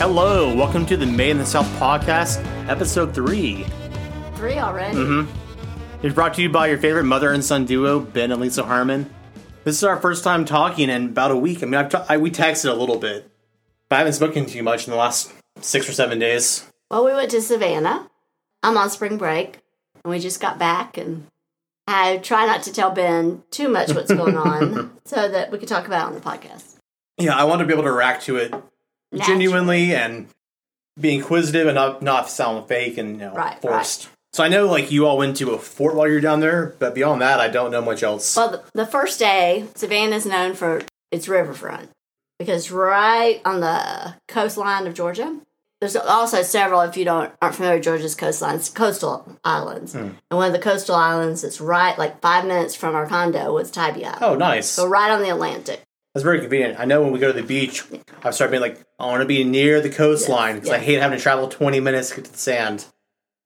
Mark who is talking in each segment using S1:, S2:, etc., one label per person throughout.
S1: Hello, welcome to the May in the South podcast, episode three.
S2: Three already.
S1: It's brought to you by your favorite mother and son duo, Ben and Lisa Harmon. This is our first time talking in about a week. I mean, I've t- I, we texted a little bit, but I haven't spoken to you much in the last six or seven days.
S2: Well, we went to Savannah. I'm on spring break, and we just got back. And I try not to tell Ben too much what's going on, so that we could talk about it on the podcast.
S1: Yeah, I want to be able to react to it
S2: Naturally.
S1: genuinely and be inquisitive and not, not sound fake and you know,
S2: Right, right.
S1: forced. So I know like you all went to a fort while you're down there, but beyond that, I don't know much else.
S2: Well, the, the first day, Savannah's known for its riverfront because right on the coastline of Georgia. There's also several, if you don't aren't familiar with Georgia's coastlines, coastal islands. And one of the coastal islands that's right like five minutes from our condo was Tybee Island.
S1: oh, nice.
S2: So right on the Atlantic.
S1: That's very convenient. I know when we go to the beach, I start being like, I want to be near the coastline because I
S2: yeah.
S1: hate having to travel 20 minutes to get to the sand.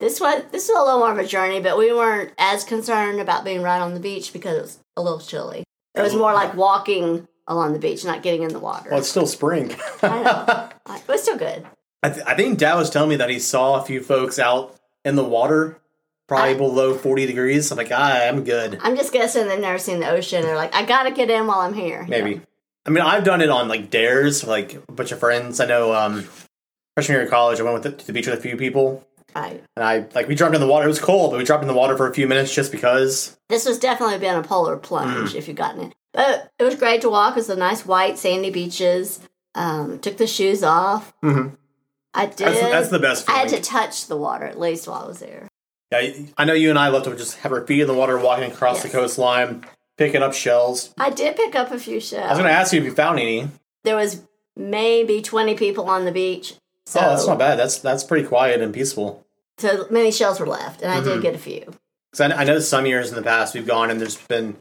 S2: This was this was a little more of a journey, but we weren't as concerned about being right on the beach because it was a little chilly. It was more like walking along the beach, not getting in the water.
S1: Well, it's still spring.
S2: I know. Like, It was still good.
S1: I, th- I think Dad was telling me that he saw a few folks out in the water, probably
S2: I-
S1: below 40 degrees. I'm like, ah, I'm good.
S2: I'm just guessing they've never seen the ocean. They're like, I gotta get in while I'm here. you
S1: Maybe.
S2: know?
S1: I mean, I've done it on like dares, with, like a bunch of friends. I know um, freshman year of college, I went with to the beach with a few people.
S2: Right.
S1: And I, like, we dropped in the water. It was cold, but we dropped in the water for a few minutes just because.
S2: This was definitely been a polar plunge
S1: Mm-hmm.
S2: if you've gotten it. But it was great to walk. It was the nice white sandy beaches. Um, took the shoes off.
S1: Mhm.
S2: I did.
S1: That's, that's the best.
S2: I had
S1: feeling.
S2: to touch the water at least while I was there.
S1: Yeah, I know you and I love to just have our feet in the water, walking across the
S2: Yes.
S1: coastline, picking up shells.
S2: I did pick up a few shells.
S1: I was going to ask you if you found any. Oh,
S2: there was maybe 20 people on the beach. So,
S1: oh, that's not bad. That's that's pretty quiet and peaceful.
S2: so many shells were left, and I
S1: Mm-hmm.
S2: did get a few.
S1: Because I, I know some years in the past we've gone and there's been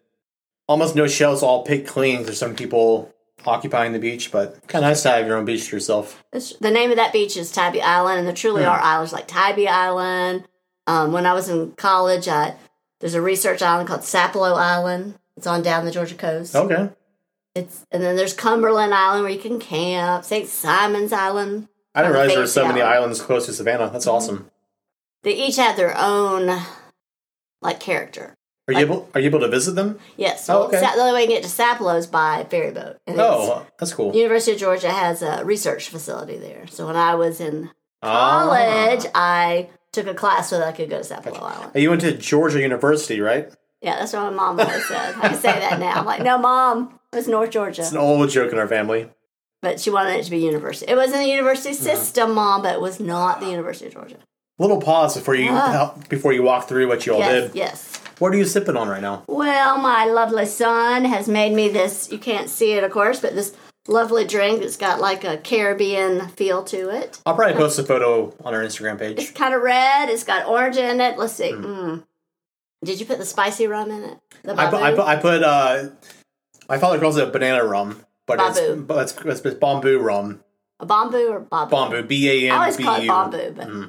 S1: almost no shells, all picked clean. 'cause There's some people occupying the beach, but kind of nice to have your own beach to yourself.
S2: It's- the name of that beach is Tybee Island, and there truly
S1: Hmm.
S2: are islands like Tybee Island. Um, when I was in college, I, there's a research island called Sapelo Island. It's on down the Georgia coast.
S1: Okay,
S2: It's and then there's Cumberland Island where you can camp. St. Simon's Island.
S1: I didn't
S2: Oh, Mm-hmm.
S1: realize there were
S2: thanks,
S1: so many
S2: yeah.
S1: islands close to Savannah. That's awesome.
S2: They each have their own like character.
S1: Are you able Are you able to visit them?
S2: Yes.
S1: Oh,
S2: Well,
S1: okay.
S2: Sa- the only way you can get to Sapelo is by ferry boat. And it's-
S1: Oh, that's cool.
S2: University of Georgia has a research facility there. So when I was in
S1: Ah.
S2: college, I took a class so that I could go to Sapelo Island.
S1: You went to Georgia University, right?
S2: Yeah, that's what my mom always said. I can say that now. I'm like, no, mom, it was North Georgia,
S1: It's an old joke in our family.
S2: but she wanted it to be university. It was in the university
S1: Mm-hmm.
S2: system, mom, but it was not the University of Georgia.
S1: Little pause before you
S2: Ah.
S1: before you walk through what you all
S2: Yes,
S1: did.
S2: yes.
S1: What are you sipping on right now?
S2: Well, my lovely son has made me this. You can't see it, of course, but this lovely drink that's got like a Caribbean feel to it.
S1: I'll probably post a photo on our Instagram
S2: It's
S1: page.
S2: kind of red. It's got orange in it. Let's see.
S1: Hmm.
S2: Mm. Did you put the spicy rum in it? The
S1: I put I
S2: Babu?
S1: put, I put uh, my father calls it banana rum, but it's
S2: Bamboo.
S1: but it's, it's, it's bamboo rum.
S2: a bamboo or babu?
S1: Bamboo, B A
S2: I
S1: M
S2: always
S1: B
S2: call it
S1: U. I
S2: bamboo, but
S1: Hmm.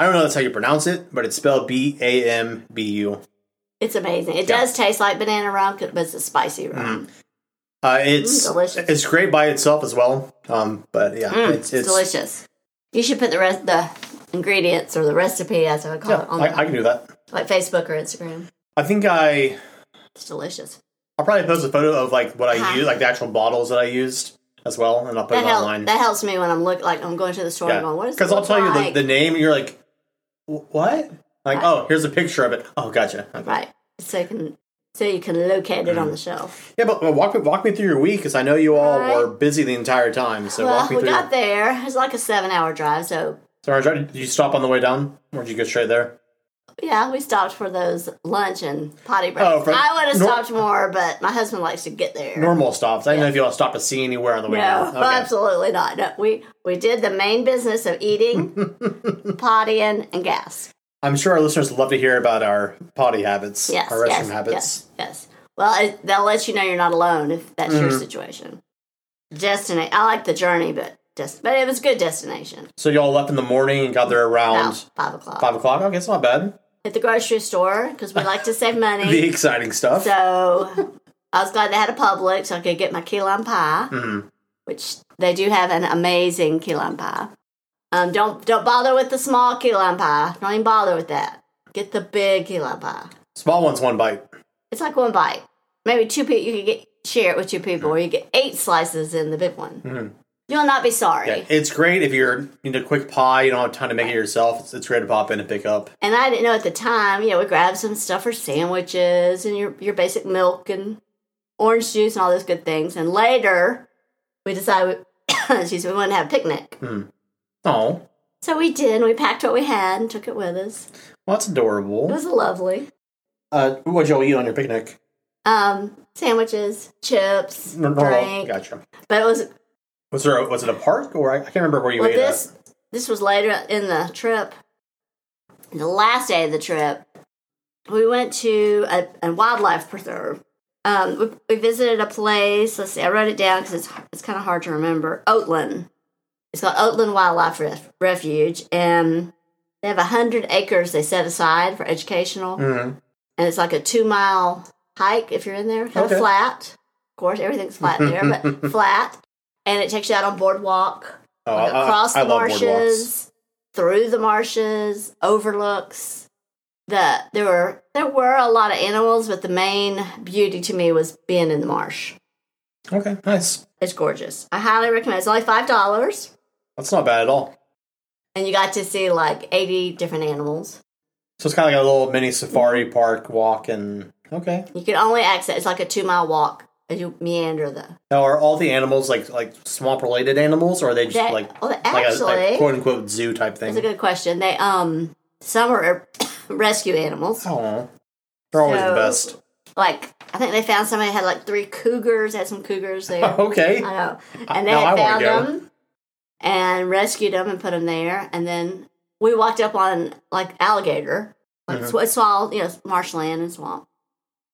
S1: don't know if that's how you pronounce it, but it's spelled B A M B U.
S2: it's amazing. It
S1: Yeah.
S2: does taste like banana rum, 'cause- but it's a spicy rum.
S1: Uh, it's
S2: Mm, delicious.
S1: it's great by itself as well. Um, but yeah,
S2: Mm,
S1: it's it's
S2: delicious. You should put the rest the ingredients or the recipe, as I would call
S1: Yeah,
S2: it, on
S1: I, I can do that.
S2: like Facebook or Instagram.
S1: I think I
S2: It's delicious.
S1: I'll probably post a photo of like what I
S2: Uh-huh.
S1: use, like the actual bottles that I used as well, and I'll put
S2: That,
S1: it
S2: help,
S1: online.
S2: that helps me when I'm look like I'm going to the store and going, what is
S1: because I'll tell you the, the name, and you're like, "Wh- what? Like,
S2: Right.
S1: oh, here's a picture of it. Oh, gotcha. Okay.
S2: right. So you can so you can locate
S1: Hmm.
S2: it on the shelf.
S1: Yeah, but but walk me walk me through your week because I know you all
S2: Alright.
S1: were busy the entire time. So
S2: well,
S1: walk me
S2: we
S1: through.
S2: got there. It was like a seven hour drive. So,
S1: So, Andrea, did you stop on the way down, or did you go straight there?
S2: yeah, we stopped for those lunch and potty breaks.
S1: Oh, for-
S2: I would have
S1: nor-
S2: stopped more, but my husband likes to get there.
S1: Normal stops. I didn't know if you all stopped to see anywhere on the way
S2: no,
S1: down. Okay.
S2: absolutely not. No, we, we did the main business of eating, pottying, and gas.
S1: I'm sure our listeners would love to hear about our potty habits,
S2: Yes.
S1: our restroom
S2: yes,
S1: habits.
S2: Yes. yes. Well, it, they'll let you know you're not alone if that's your
S1: Mm-hmm.
S2: situation. Destination. I like the journey, but just, but it was a good destination.
S1: So y'all left in the morning and got there around
S2: About five o'clock.
S1: five o'clock. Okay, it's not bad.
S2: At the grocery store, because we like to save money.
S1: The exciting stuff.
S2: So I was glad they had a Publix so I could get my key lime pie,
S1: Mhm.
S2: which They do have an amazing key lime pie. Um, don't don't bother with the small key lime pie. Don't even bother with that. Get the big key lime pie.
S1: Small one's one bite.
S2: It's like one bite. Maybe two people. You could get share it with two people, or you get eight slices in the big one. You'll not be sorry.
S1: Yeah, it's great if you're into quick pie. You don't have time to make it yourself. It's, it's great to pop in and pick up.
S2: And I didn't know at the time, you know, we grabbed some stuff for sandwiches and your your basic milk and orange juice and all those good things. And later, we decided we, excuse me, we wanted to have a picnic.
S1: Oh,
S2: So we did. And we packed what we had and took it with us.
S1: well, that's
S2: It
S1: adorable.
S2: was lovely.
S1: Uh, what'd y'all eat on your picnic?
S2: Um, sandwiches, chips, drink.
S1: Gotcha.
S2: But it was
S1: Was there? A, was it a park or I, I can't remember where you
S2: well,
S1: ate
S2: this
S1: at.
S2: this was later in the trip. The last day of the trip, we went to a, a wildlife preserve. Um, we, we visited a place. Let's see, I wrote it down because it's it's kind of hard to remember. Oatland. It's called Oatland Wildlife Ref, Refuge, and they have hundred acres they set aside for educational,
S1: Mhm.
S2: and it's like a two mile hike if you're in there, kind
S1: Okay.
S2: of flat. Of course, everything's flat there, but flat, and it takes you out on boardwalk
S1: Oh,
S2: like
S1: I- I-
S2: across
S1: I
S2: the
S1: love boardwalks.
S2: marshes, through the marshes, overlooks. The there were there were a lot of animals, but the main beauty to me was being in the marsh.
S1: Okay, nice.
S2: It's gorgeous. I highly recommend. it. It's only five dollars,
S1: That's not bad at all.
S2: and you got to see like eighty different animals.
S1: So it's kind of like a little mini safari park walk and okay.
S2: You can only access. It's like a two mile walk as you meander the.
S1: Now are all the animals like like swamp related animals or are they just
S2: That,
S1: like
S2: well,
S1: like
S2: actually,
S1: a like, quote unquote zoo type
S2: that's a
S1: thing?
S2: good question. They um some are rescue animals.
S1: Oh, they're always the
S2: So-
S1: best.
S2: Like I think they found somebody had like three cougars. Had some cougars there.
S1: Okay,
S2: I know. And they
S1: now I
S2: had
S1: wanna
S2: found
S1: go.
S2: them and rescued them and put them there. And then we walked up on like alligator, like
S1: Mhm.
S2: sw- it's all you know, marshland and swamp.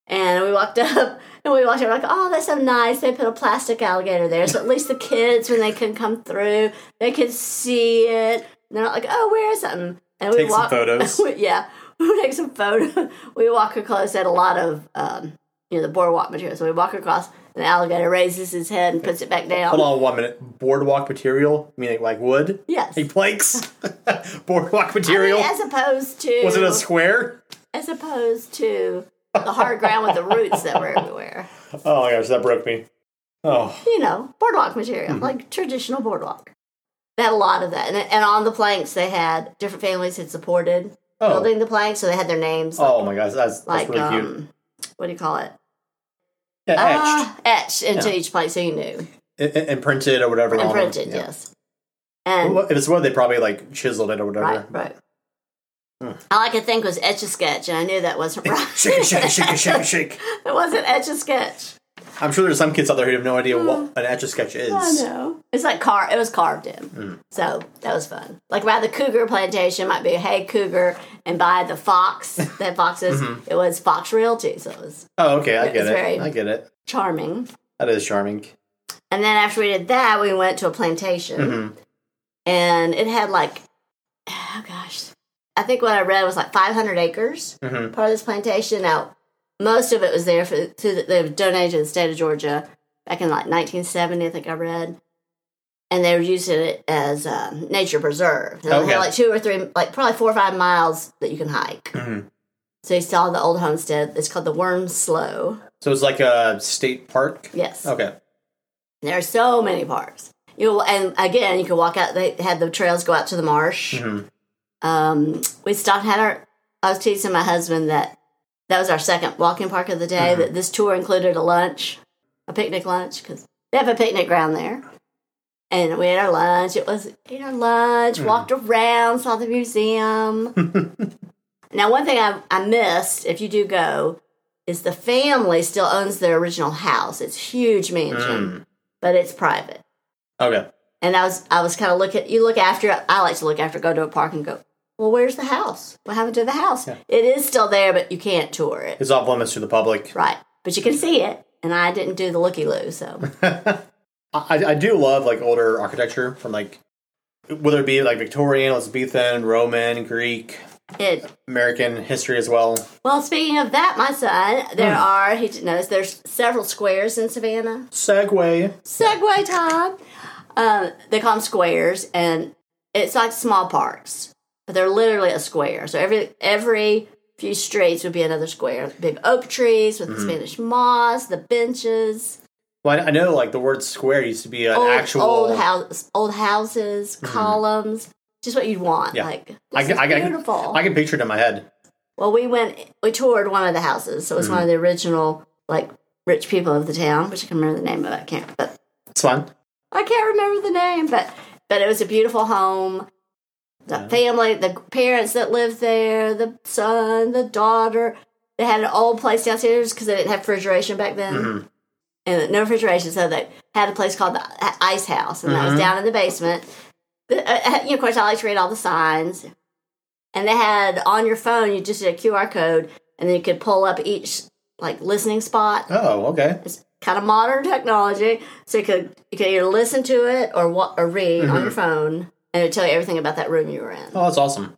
S2: And we walked up and we walked up like, oh, that's so nice. They put a plastic alligator there. So at least the kids, when they can come through, they can see it. They're not like, oh, where is something? And
S1: take some photos.
S2: we- yeah, we take some photo. We walk across at a lot of um, you know the boardwalk material. So we walk across, and the alligator raises his head and puts it back down.
S1: Hold on one minute. Boardwalk material, meaning like wood,
S2: Yes.
S1: hey planks. Boardwalk
S2: I mean,
S1: material.
S2: as opposed to
S1: Was it a square?
S2: as opposed to the hard ground with the roots that were everywhere.
S1: Oh my gosh, that broke me. Oh,
S2: You know, boardwalk material
S1: Mm-hmm.
S2: like traditional boardwalk. They had a lot of that, and, and on the planks they had different families had supported
S1: oh,
S2: building the planks, so they had their names
S1: oh my gosh, that's, that's
S2: like
S1: really cute.
S2: um, what do you call it?
S1: Yeah, etched,
S2: Ah, etched into
S1: Yeah.
S2: each place, so you knew.
S1: I- I- imprinted or whatever. on them.
S2: imprinted,
S1: Yeah.
S2: yes. And
S1: Well, If it's wood, they probably like chiseled it or whatever.
S2: right, right.
S1: Hmm.
S2: All I could think was etch a sketch, and I knew that wasn't right.
S1: Shake it, shake it, shake it, shake it, shake.
S2: it wasn't etch a sketch.
S1: I'm sure there's some kids out there who have no idea what an etch a sketch is.
S2: Mm. I know. It's like car. It was carved in,
S1: Hmm.
S2: so that was fun. Like by the cougar plantation, might be hey cougar, and by the fox that foxes,
S1: Mm-hmm.
S2: it was fox realty, so it was
S1: Oh, okay, I get
S2: It's
S1: it.
S2: very-
S1: I get it.
S2: charming.
S1: That is charming.
S2: And then after we did that, we went to a plantation, and it had like, oh gosh, I think what I read was like 500 acres.
S1: Mhm.
S2: Part of this plantation. Now, most of it was there for to the, they donated to the state of Georgia back in like 1970, I think I read, and they were using it as um, nature preserve. So They
S1: Okay.
S2: had like two or three, like probably four or five miles that you can hike.
S1: Mhm.
S2: So you saw the old homestead. It's called the Worm Slow.
S1: So it's like a state park.
S2: Yes.
S1: Okay.
S2: There are so many parks. You and again, you can walk out. They had the trails go out to the marsh.
S1: Mhm.
S2: Um, we stopped. Had our. I was teasing my husband that that was our second walking park of the day. That this tour included a lunch, a picnic lunch, because they have a picnic ground there. And we had our lunch. It was ate our lunch. Walked around, saw the museum. now, one thing I, I missed, if you do go, is the family still owns their original house. It's a huge mansion, but it's private
S1: Okay.
S2: and I was I was kind of looking. You look after. I like to look after. Go to a park and go. Well, where's the house? What happened to the house? It is still there, but you can't tour it.
S1: It's off limits to the public.
S2: Right, but you can see it. And I didn't do the looky loo, so
S1: I, I do love like older architecture from like whether it be like Victorian, Elizabethan, Roman, Greek,
S2: it.
S1: American history as well.
S2: Well, speaking of that, my son, there are he didn't notice there's several squares in Savannah.
S1: Segway.
S2: Segway time. Um, they call them squares, and it's like small parks, but they're literally a square. So every every few streets would be another square. Big oak trees with the
S1: Mm-hmm.
S2: Spanish moss, the benches,
S1: Well, I- I know like the word square used to be an
S2: old
S1: actual. Mm-hmm.
S2: old house, old houses, columns, just what you'd want.
S1: Yeah.
S2: Like this
S1: I can,
S2: is
S1: I, can,
S2: beautiful.
S1: I can picture it in my head.
S2: Well, we went, we toured one of the houses. So it was
S1: Mm-hmm.
S2: one of the original, like, rich people of the town, which I can remember the name of. it. I can't, but
S1: It's fun.
S2: I can't remember the name. But but it was a beautiful home. The family, the parents that lived there, the son, the daughter. They had an old place downstairs because they didn't have refrigeration back then, and no refrigeration. So they had a place called the I- Ice House, and that was down in the basement. The- uh, uh, you know, of course, I like to read all the signs and they had on your phone you just did a QR code and then you could pull up each like listening spot.
S1: Oh, okay.
S2: It's kind of modern technology, so you could you could either listen to it or wa- or read on your phone, and it would tell you everything about that room you were in.
S1: Mm-hmm. Oh, that's awesome.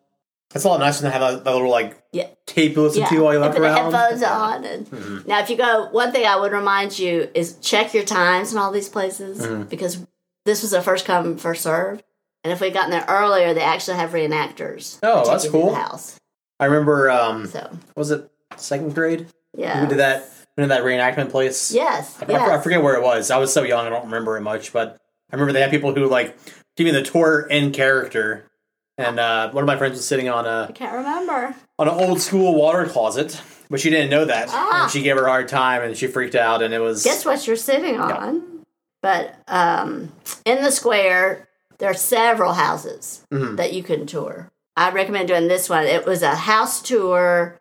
S1: That's a lot nicer than have that, that little like
S2: Yeah.
S1: tape you listen
S2: Yeah,
S1: to while you
S2: and
S1: look
S2: put the
S1: around.
S2: headphones on. And Now, if you go, one thing I would remind you is check your times in all these places because this was a first come first served. And if we would gotten there earlier, they actually have reenactors.
S1: Oh,
S2: to take
S1: that's
S2: you through the
S1: cool.
S2: house.
S1: I remember. Um, what
S2: So
S1: was it second grade?
S2: yeah,
S1: We did that. We did that reenactment place.
S2: Yes,
S1: I, I
S2: yes.
S1: for- I forget where it was. I was so young, I don't remember it much. But I remember they had people who like give me the tour in character. And uh, one of my friends was sitting on a
S2: I can't remember.
S1: on an old school water closet, but she didn't know that,
S2: Ah.
S1: and she gave her a hard time, and she freaked out, and it was
S2: guess what you're sitting on. But um, in the square, there are several houses that you can tour. I recommend doing this one. It was a house tour,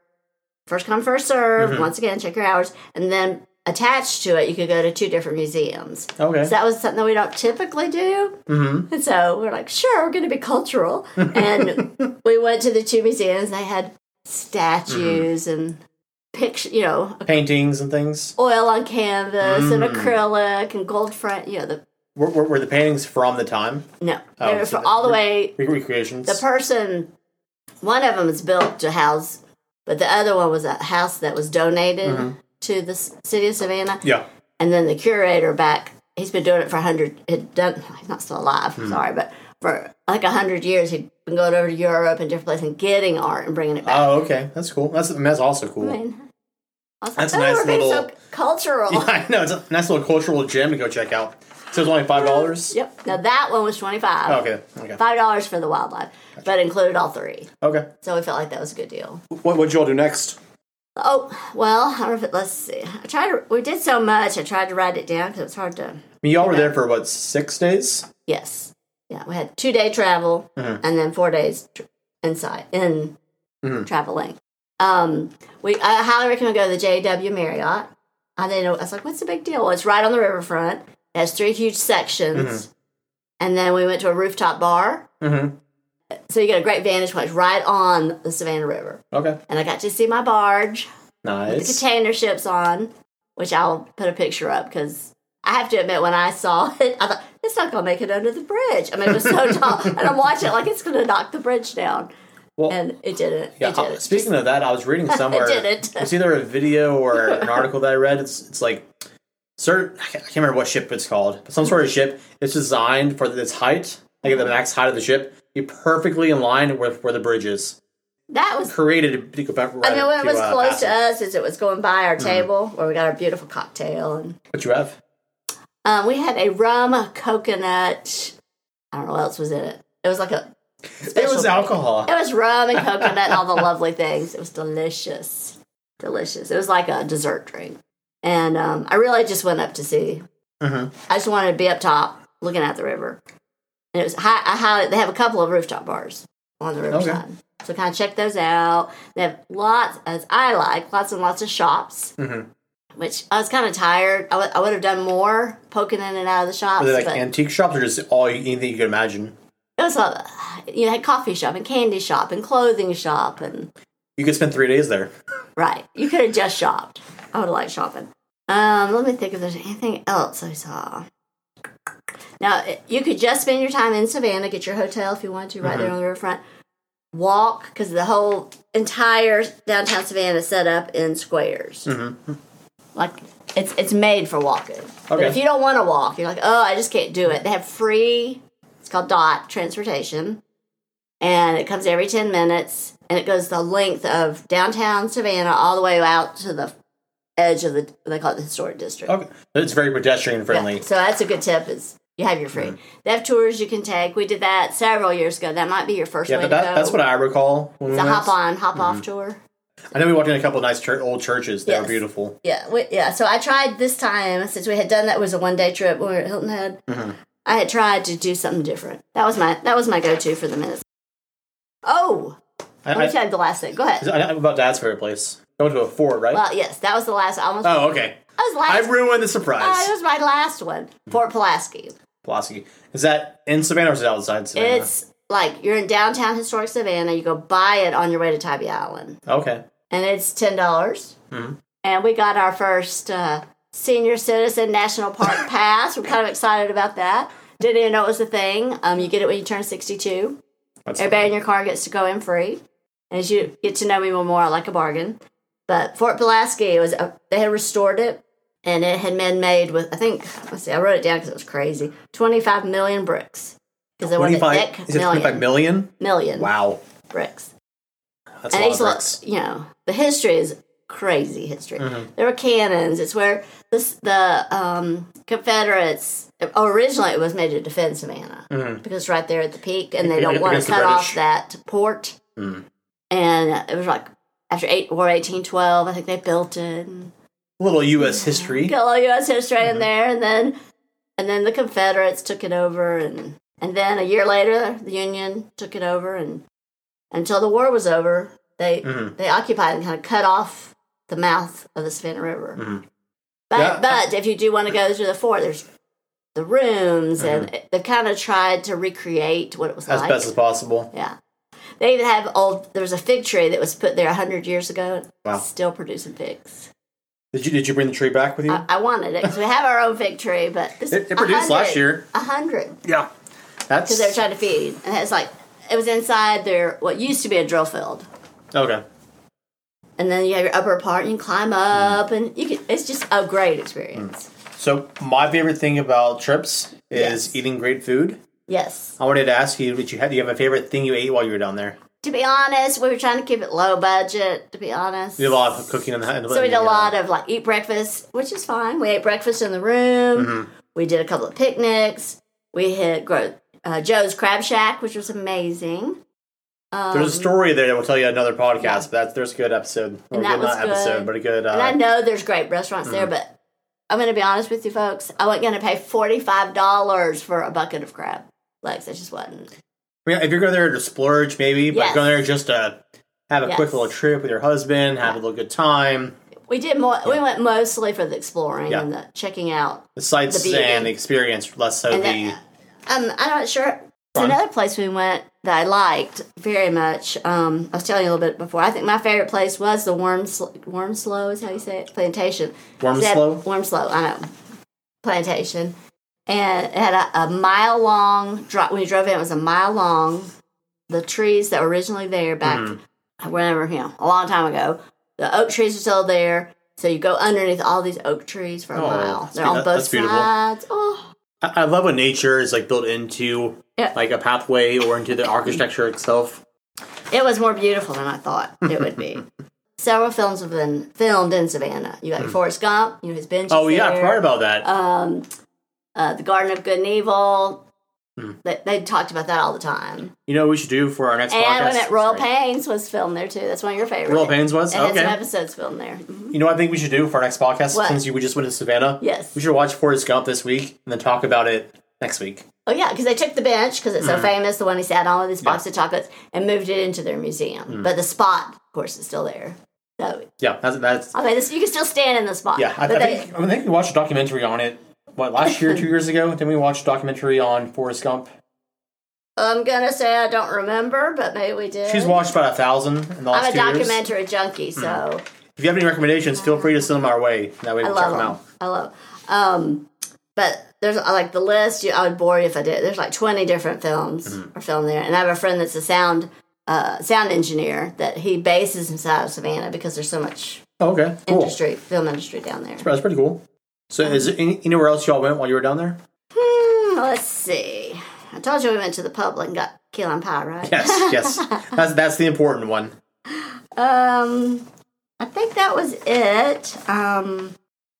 S2: first come, first serve. Once again, check your hours. And then attached to it, you could go to two different museums.
S1: okay.
S2: So that was something that we don't typically do. Mm-hmm. And so we're like, sure, we're going to be cultural. and we went to the two museums. They had statues and picture, you know,
S1: Paintings and things.
S2: oil on canvas and
S1: Mm.
S2: acrylic and gold front. You know, the
S1: Were, were, were the paintings from the time
S2: no,
S1: Oh,
S2: they were
S1: so
S2: for
S1: the-
S2: all the way.
S1: Re- recreations?
S2: The person, one of them is built to house, but the other one was a house that was donated
S1: Mm-hmm.
S2: to the s- city of Savannah.
S1: yeah,
S2: And then the curator back, he's been doing it for a hundred. Had done. He's not still alive.
S1: Mm.
S2: Sorry, but for like a hundred years, he'd been going over to Europe and different places and getting art and bringing it back.
S1: Oh, okay. That's cool. That's I mean, that's also cool.
S2: I mean, I was
S1: Oh. That's a
S2: like,
S1: nice
S2: oh, we're being so
S1: little-
S2: cultural.
S1: Yeah, I know. It's a nice little cultural gem to go check out. So it's only five dollars.
S2: Yep. Now that one was twenty five.
S1: Okay. Okay.
S2: five dollars for the wildlife, but included all three.
S1: Okay.
S2: So we felt like that was a good deal.
S1: What would you all do next?
S2: Oh well, I don't know if it, let's see. I tried. To, we did so much. I tried to write it down because it was hard to.
S1: I mean, y'all were there for what six days?
S2: Yes, yeah. We had two day travel and then four days tr- inside in traveling. Um, we I highly recommend go to the JW Marriott. I didn't know. I was like, what's the big deal? Well, it's right on the riverfront. It has three huge sections, and then we went to a rooftop bar.
S1: Mhm.
S2: So you get a great vantage point right on the Savannah River.
S1: Okay.
S2: and I got to see my barge, the
S1: Nice.
S2: container ships on, which I'll put a picture up because I have to admit when I saw it, I thought it's not gonna make it under the bridge. I mean, it was so tall, and I'm watching it like it's gonna knock the bridge down,
S1: Well,
S2: and it didn't.
S1: Yeah, uh,
S2: it didn't.
S1: speaking of that, I was reading somewhere.
S2: didn't.
S1: It's either a video or an article that I read. It's it's like, sir, I can't remember what ship it's called, but some sort of ship. It's designed for this height, like the max height of the ship, be perfectly in line with where the bridge is.
S2: that was.
S1: Created to go back.
S2: I mean, when it was
S1: uh,
S2: close to
S1: Athens.
S2: us, as it was going by
S1: Mm-hmm.
S2: our table where we got our beautiful cocktail, and
S1: What you have?
S2: um, we had a rum coconut. I don't know what else was in it. It was like a.
S1: It was
S2: special-
S1: alcohol.
S2: It was rum and coconut and all the lovely things. It was delicious. Delicious. It was like a dessert drink. And um, I really just went up to see.
S1: Mhm.
S2: I just wanted to be up top looking at the river. And it was high, I highly, they have a couple of rooftop bars on the riverside. So kind of check those out. They have lots, as I like, lots and lots of shops.
S1: Mhm.
S2: Which I was kind of tired. I would have done more poking in and out of the shops.
S1: Were they like
S2: but-
S1: antique shops or just all you, anything you could imagine?
S2: it was a you know, had coffee shop and candy shop and clothing shop and
S1: You could spend three days there.
S2: right. You could have just shopped. I would have liked shopping. Um, let me think if there's anything else I saw. Now it- you could just spend your time in Savannah, get your hotel if you want to, right there on the riverfront. Walk because the whole entire downtown Savannah is set up in squares, like It's it's made for walking. But
S1: Okay.
S2: if you don't want to walk, you're like, oh, I just can't do it. They have free. It's called Dot transportation, and it comes every ten minutes, and it goes the length of downtown Savannah all the way out to the edge of the they call it the historic district.
S1: Okay. It's very pedestrian
S2: Yeah,
S1: friendly.
S2: So that's a good tip. Is you have your free.
S1: Mm-hmm.
S2: They have tours you can take. We did that several years ago. That might be your first
S1: Yeah,
S2: way
S1: but
S2: to go.
S1: that, that's what I Mm-hmm. recall. When
S2: it's a
S1: we
S2: hop
S1: went.
S2: on, hop off tour.
S1: I know we walked in a couple of nice chur old churches that were
S2: Yes.
S1: beautiful.
S2: Yeah, we, yeah. So I tried this time since we had done that was a one day trip when we were at Hilton Head.
S1: Mm-hmm.
S2: I had tried to do something different. That was my that was my go to for the minutes. Oh,
S1: I,
S2: let
S1: I,
S2: me tell you the last thing. Go ahead.
S1: I know about Dad's favorite place. Going to a fort, right?
S2: Well, yes, that was the last. I almost.
S1: oh, okay.
S2: I was
S1: I
S2: last.
S1: ruined the surprise.
S2: uh, it was my last one. Fort Pulaski.
S1: Pulaski. Is that in Savannah or is it outside Savannah?
S2: It's like you're in downtown historic Savannah. You go buy it on your way to Tybee Island.
S1: okay.
S2: and it's ten dollars. And we got our first uh, senior citizen national park pass. We're kind of excited about that. Didn't even know it was a thing. Um, you get it when you turn sixty-two.
S1: That's
S2: Everybody in your car gets to go in free. And as you get to know me more, I like a bargain. But Fort Pulaski was a, they had restored it, and it had been made with I think let's see, I wrote it down because it was crazy. Twenty-five million bricks because they wanted
S1: 25,
S2: heck
S1: is it 25
S2: million
S1: million?
S2: million
S1: Wow.
S2: bricks
S1: That's
S2: and
S1: a lot of
S2: these
S1: bricks. Mm-hmm.
S2: looks, you know, the history is crazy history. There were cannons. It's where this, the um, Confederates originally it was made to defend Savannah because it's right there at the peak, and they don't
S1: Mm-hmm. Against
S2: want to
S1: the British. Mm-hmm.
S2: cut off that port. And it was like after eight war eighteen twelve, I think they built it. And
S1: Little U.S. history.
S2: got a little U.S. history
S1: Mm-hmm.
S2: in there, and then and then the Confederates took it over, and and then a year later the Union took it over, and until the war was over, they
S1: Mhm.
S2: they occupied and kind of cut off the mouth of the Savannah River.
S1: Mhm.
S2: But
S1: Yeah, I-
S2: but if you do want to go to the fort, there's the rooms, and they've kind of tried to recreate what it was
S1: Mm-hmm. As
S2: like.
S1: best as possible.
S2: yeah. They even have old. There was a fig tree that was put there hundred years ago, and
S1: Wow.
S2: still producing figs.
S1: Did you did you bring the tree back with you?
S2: I, I wanted it because we have our own fig tree, but this
S1: It- it produced
S2: 100,
S1: last year.
S2: a hundred
S1: yeah. That's
S2: because they were trying to feed, and it's like it was inside their what used to be a drill field,
S1: okay.
S2: and then you have your upper part, and you can climb up, and you can. It's just a great
S1: Mm.
S2: experience.
S1: So my favorite thing about trips is
S2: Yes.
S1: eating great food.
S2: Yes.
S1: I wanted to ask you, did you have, do you have a favorite thing you ate while you were down there?
S2: To be honest, we were trying to keep it low budget. To be honest,
S1: You did a lot of cooking in the. In the
S2: so we did a lot of like eat breakfast, which is fine. We ate breakfast in the room.
S1: Mm-hmm.
S2: We did a couple of picnics. We hit Gro- uh, Joe's Crab Shack, which was amazing. Um,
S1: There's a story there that we'll tell you another podcast. But that's there's a good episode. Or
S2: And that
S1: good,
S2: was
S1: not episode,
S2: good.
S1: but a good.
S2: And I
S1: Uh,
S2: know there's great restaurants there, but I'm going to be honest with you folks. I wasn't going to pay $45 for a bucket of crab legs. I just wasn't.
S1: yeah, if you're going there to splurge, maybe, but
S2: Yes.
S1: go there just to have a quick
S2: Yes.
S1: little trip with your husband, have a little good time,
S2: We did more. We went mostly for the exploring
S1: Yeah.
S2: and the checking out.
S1: the sights
S2: The beauty.
S1: and the experience, less so
S2: And
S1: the.
S2: that, um, I'm not sure.
S1: Fun.
S2: Another place we went that I liked very much. Um, I was telling you a little bit before. I think my favorite place was the Wormsl- Wormslow is how you say it. Plantation. Zeb-
S1: Wormslow?
S2: Wormslow, I know. Plantation. And it had a, a mile long drive. When you drove in, it was a mile long. The trees that were originally there back
S1: Mm-hmm.
S2: whenever, you know, a long time ago, the oak trees are still there. So you go underneath all these oak trees for a
S1: Oh,
S2: mile.
S1: that's
S2: They're
S1: be-
S2: on
S1: that-
S2: both
S1: that's beautiful.
S2: sides. Oh,
S1: I, I love when nature is like built into
S2: Yeah.
S1: like a pathway or into the architecture itself.
S2: it was more beautiful than I thought it would be. Several films have been filmed in Savannah. You got your Forrest Gump, you know, his bench.
S1: Hmm. Oh yeah, I
S2: there.
S1: forgot about that.
S2: um, uh, the Garden of Good and Evil.
S1: Hmm.
S2: They, they talked about that all the time.
S1: you know what we should do for our next
S2: And
S1: podcast?
S2: when at Royal
S1: Sorry.
S2: Pains was filmed there too. That's one of your favorites.
S1: Royal Pains was
S2: It had some
S1: okay.
S2: episodes filmed there. Mhm.
S1: You know what I think we should do for our next podcast
S2: What?
S1: since you we just went to Savannah.
S2: Yes.
S1: We should watch Forrest Gump this week and then talk about it next week.
S2: Oh yeah, because they took the bench because it's so
S1: Hmm.
S2: famous, the one he sat on with his box of chocolates, and moved it into their museum.
S1: Hmm.
S2: But the spot, of course, is still there. So
S1: Yeah, that's that's
S2: I mean, this, you can still stand in the spot.
S1: yeah. I, I
S2: but they-
S1: think I think we watched a documentary on it. What last year, two years ago? Didn't we watch a documentary on Forrest Gump?
S2: I'm gonna say I don't remember, but maybe we did.
S1: She's watched about a thousand in the last
S2: I'm a
S1: two years.
S2: documentary junkie, so.
S1: If you have any recommendations, feel free to send them our way. That way we
S2: I
S1: can check
S2: love
S1: them out.
S2: them. I love. Um, but there's I like the list. You, I would bore you if I did. There's like 20 different films
S1: Mm-hmm.
S2: are filmed there, and I have a friend that's a sound uh, sound engineer that he bases himself out of Savannah because there's so much
S1: Oh, okay. Cool.
S2: industry, film industry down there.
S1: That's pretty cool. So, is there any, anywhere else y'all went while you were down there?
S2: Hmm, let's see. I told you we went to the public and got Key Lime Pie, right?
S1: Yes, yes. That's that's the important one.
S2: Um, I think that was it. Um,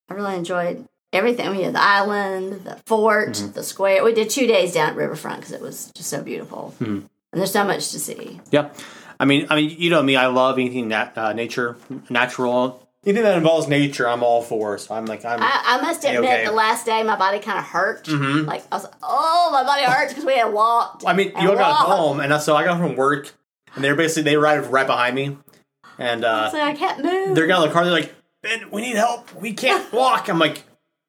S2: I really enjoyed everything. We did the island, the fort,
S1: Mm-hmm.
S2: the square. We did two days down at Riverfront because it was just so beautiful.
S1: Mm-hmm.
S2: And there's so much to see.
S1: Yeah, I mean, I mean, you know me. I love anything nat- uh, nature, natural. Anything that involves nature, I'm all for. So I'm like, I'm.
S2: I, I must admit,
S1: okay. Mm-hmm.
S2: the last day my body kind of hurt. Like I was, like, oh, my body hurts because we had walked.
S1: I mean,
S2: and
S1: you all got
S2: walked.
S1: home, and I- so I got from work, and they're basically they arrived right behind me, and uh,
S2: So I can't move.
S1: they're got in the car. They're like, Ben, we need help. We can't walk. I'm like,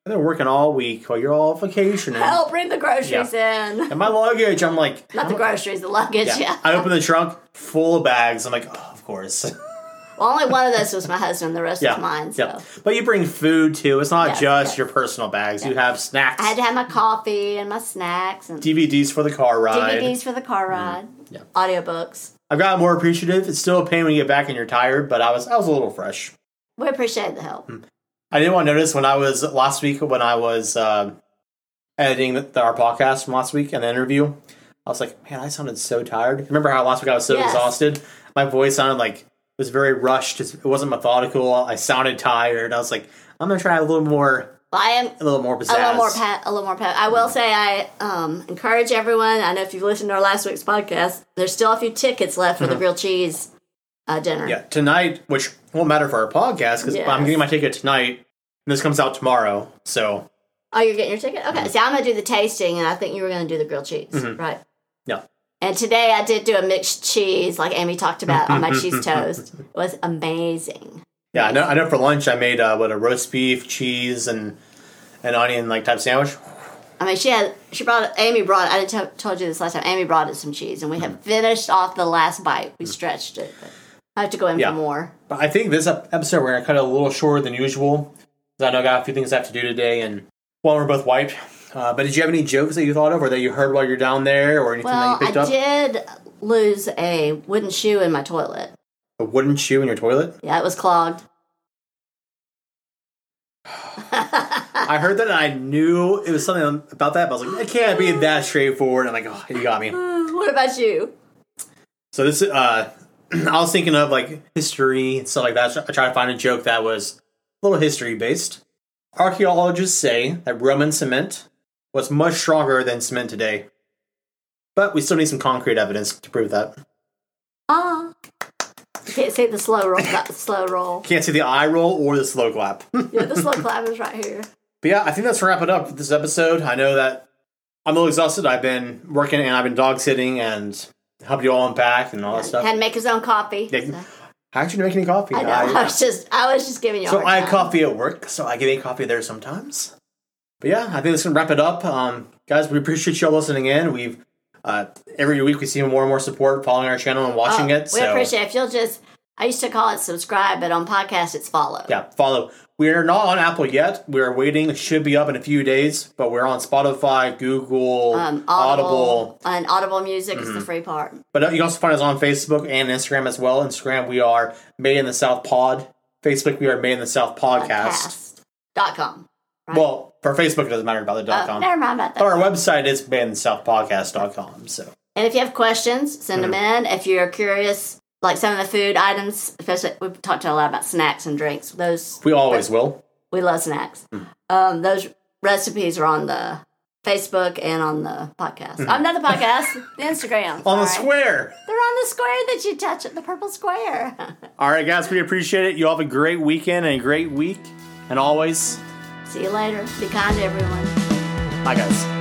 S1: I've been working all week while you're all vacationing.
S2: Help! Bring the groceries in.
S1: And my luggage, I'm like,
S2: Not the groceries, the luggage.
S1: yeah.
S2: Yeah.
S1: I open the trunk full of bags. I'm like, oh, of course.
S2: Well, only one of those was my husband. The rest
S1: yeah.
S2: was mine. So
S1: yeah. But you bring food too. It's not
S2: Yes,
S1: just
S2: yes.
S1: your personal bags. You have snacks,
S2: I had to have my coffee and my snacks and
S1: DVDs for the car ride.
S2: DVDs for the car ride.
S1: Mm-hmm. Yeah.
S2: Audiobooks.
S1: I've gotten more appreciative. It's still a pain when you get back and you're tired, but I was I was a little fresh.
S2: We appreciate the help.
S1: Mm. I didn't want to notice when I was last week when I was um editing the, our podcast from last week and the interview. I was like, man, I sounded so tired. Remember how last week I was so
S2: Yes.
S1: exhausted? My voice sounded like it was very rushed. It wasn't methodical. I sounded tired. I was like, I'm gonna try a little more,
S2: Well, I am
S1: a little more pizzazz.
S2: a little more pat, a little more pat. I
S1: Mm-hmm.
S2: will say I um, encourage everyone. I know if you've listened to our last week's podcast, there's still a few tickets left for the real cheese uh, dinner.
S1: Mm-hmm. Yeah, tonight, which won't matter for our podcast because
S2: Yes.
S1: I'm getting my ticket tonight, and this comes out tomorrow. So
S2: Oh, you're getting your ticket?
S1: Mm-hmm.
S2: Okay. So I'm going to do the tasting, and I think you were going to do the grilled cheese, right?
S1: Yeah.
S2: And today I did do a mixed cheese, like Amy talked about on my
S1: Mm-hmm.
S2: cheese toast. It was amazing.
S1: yeah, I know. I know for lunch I made uh, what a roast beef, cheese, and an onion like type sandwich.
S2: I mean, she had she brought Amy brought. I didn't t- told you this last time. Amy brought it some cheese, and we
S1: Mm-hmm.
S2: had finished off the last bite. We stretched it. But I have to go in
S1: Yeah.
S2: for more.
S1: But I think this ep- episode we're gonna cut it a little shorter than usual because I know I got a few things I have to do today, and well, we're both wiped. Uh, but did you have any jokes that you thought of, or that you heard while you're down there, or anything
S2: Well,
S1: that you
S2: I
S1: picked up?
S2: did lose a wooden shoe in my toilet.
S1: A wooden shoe in your toilet.
S2: Yeah, it was clogged. Uh.
S1: I heard that, and I knew it was something about that. But I was like, it can't be that straightforward. I'm like, oh, you got me.
S2: what about you?
S1: So this, uh, I was thinking of like history and stuff like that. I tried to find a joke that was a little history based. Archaeologists say that Roman cement was much stronger than cement today, but we still need some concrete evidence to prove that.
S2: Ah, you can't see the slow roll. Not the slow roll.
S1: Can't see the eye roll or the slow clap. but
S2: Yeah, the slow clap is right here.
S1: yeah, I think that's wrap it up for this episode. I know that I'm a little exhausted. I've been working and I've been dog sitting and helped you all unpack and all that
S2: Had
S1: stuff.
S2: to make his own coffee.
S1: Yeah. I actually didn't make any coffee.
S2: I know. I, was just, I was just giving you. a
S1: So
S2: hard
S1: I have
S2: time.
S1: coffee at work, so I get a coffee there sometimes. But yeah, I think this can wrap it up. Um, guys, we appreciate y'all listening in. We've uh, every week we see more and more support following our channel and watching
S2: Oh,
S1: it.
S2: We
S1: so
S2: appreciate it. if you'll just. I used to call it subscribe, but on podcast it's follow.
S1: yeah, follow. We are not on Apple yet. We are waiting. It should be up in a few days, but we're on Spotify, Google,
S2: Um,
S1: Audible. Mm-hmm.
S2: Audible, and Audible Music is the free part.
S1: But uh, you can also find us on Facebook and Instagram as well. Instagram, we are Made in the South Pod. Facebook, we are Made in the South Podcast.
S2: Dot com.
S1: Well, for Facebook, it doesn't matter about the dot
S2: Oh,
S1: com.
S2: never mind about that.
S1: But our website is bandthesouthpodcast.com. So
S2: And if you have questions, send
S1: Mm-hmm.
S2: them in. If you're curious, like some of the food items, especially we've talked to a lot about snacks and drinks. Those
S1: we always will.
S2: we love snacks.
S1: Hmm.
S2: Um, those recipes are on the Facebook and on the podcast. Oh, not the podcast, the Instagram.
S1: Mm-hmm. On the
S2: sorry.
S1: square.
S2: They're on the square that you touch it, the purple square.
S1: All right, guys, we appreciate it. You all have a great weekend and a great week. And always,
S2: See you later. Be kind to everyone.
S1: bye, guys.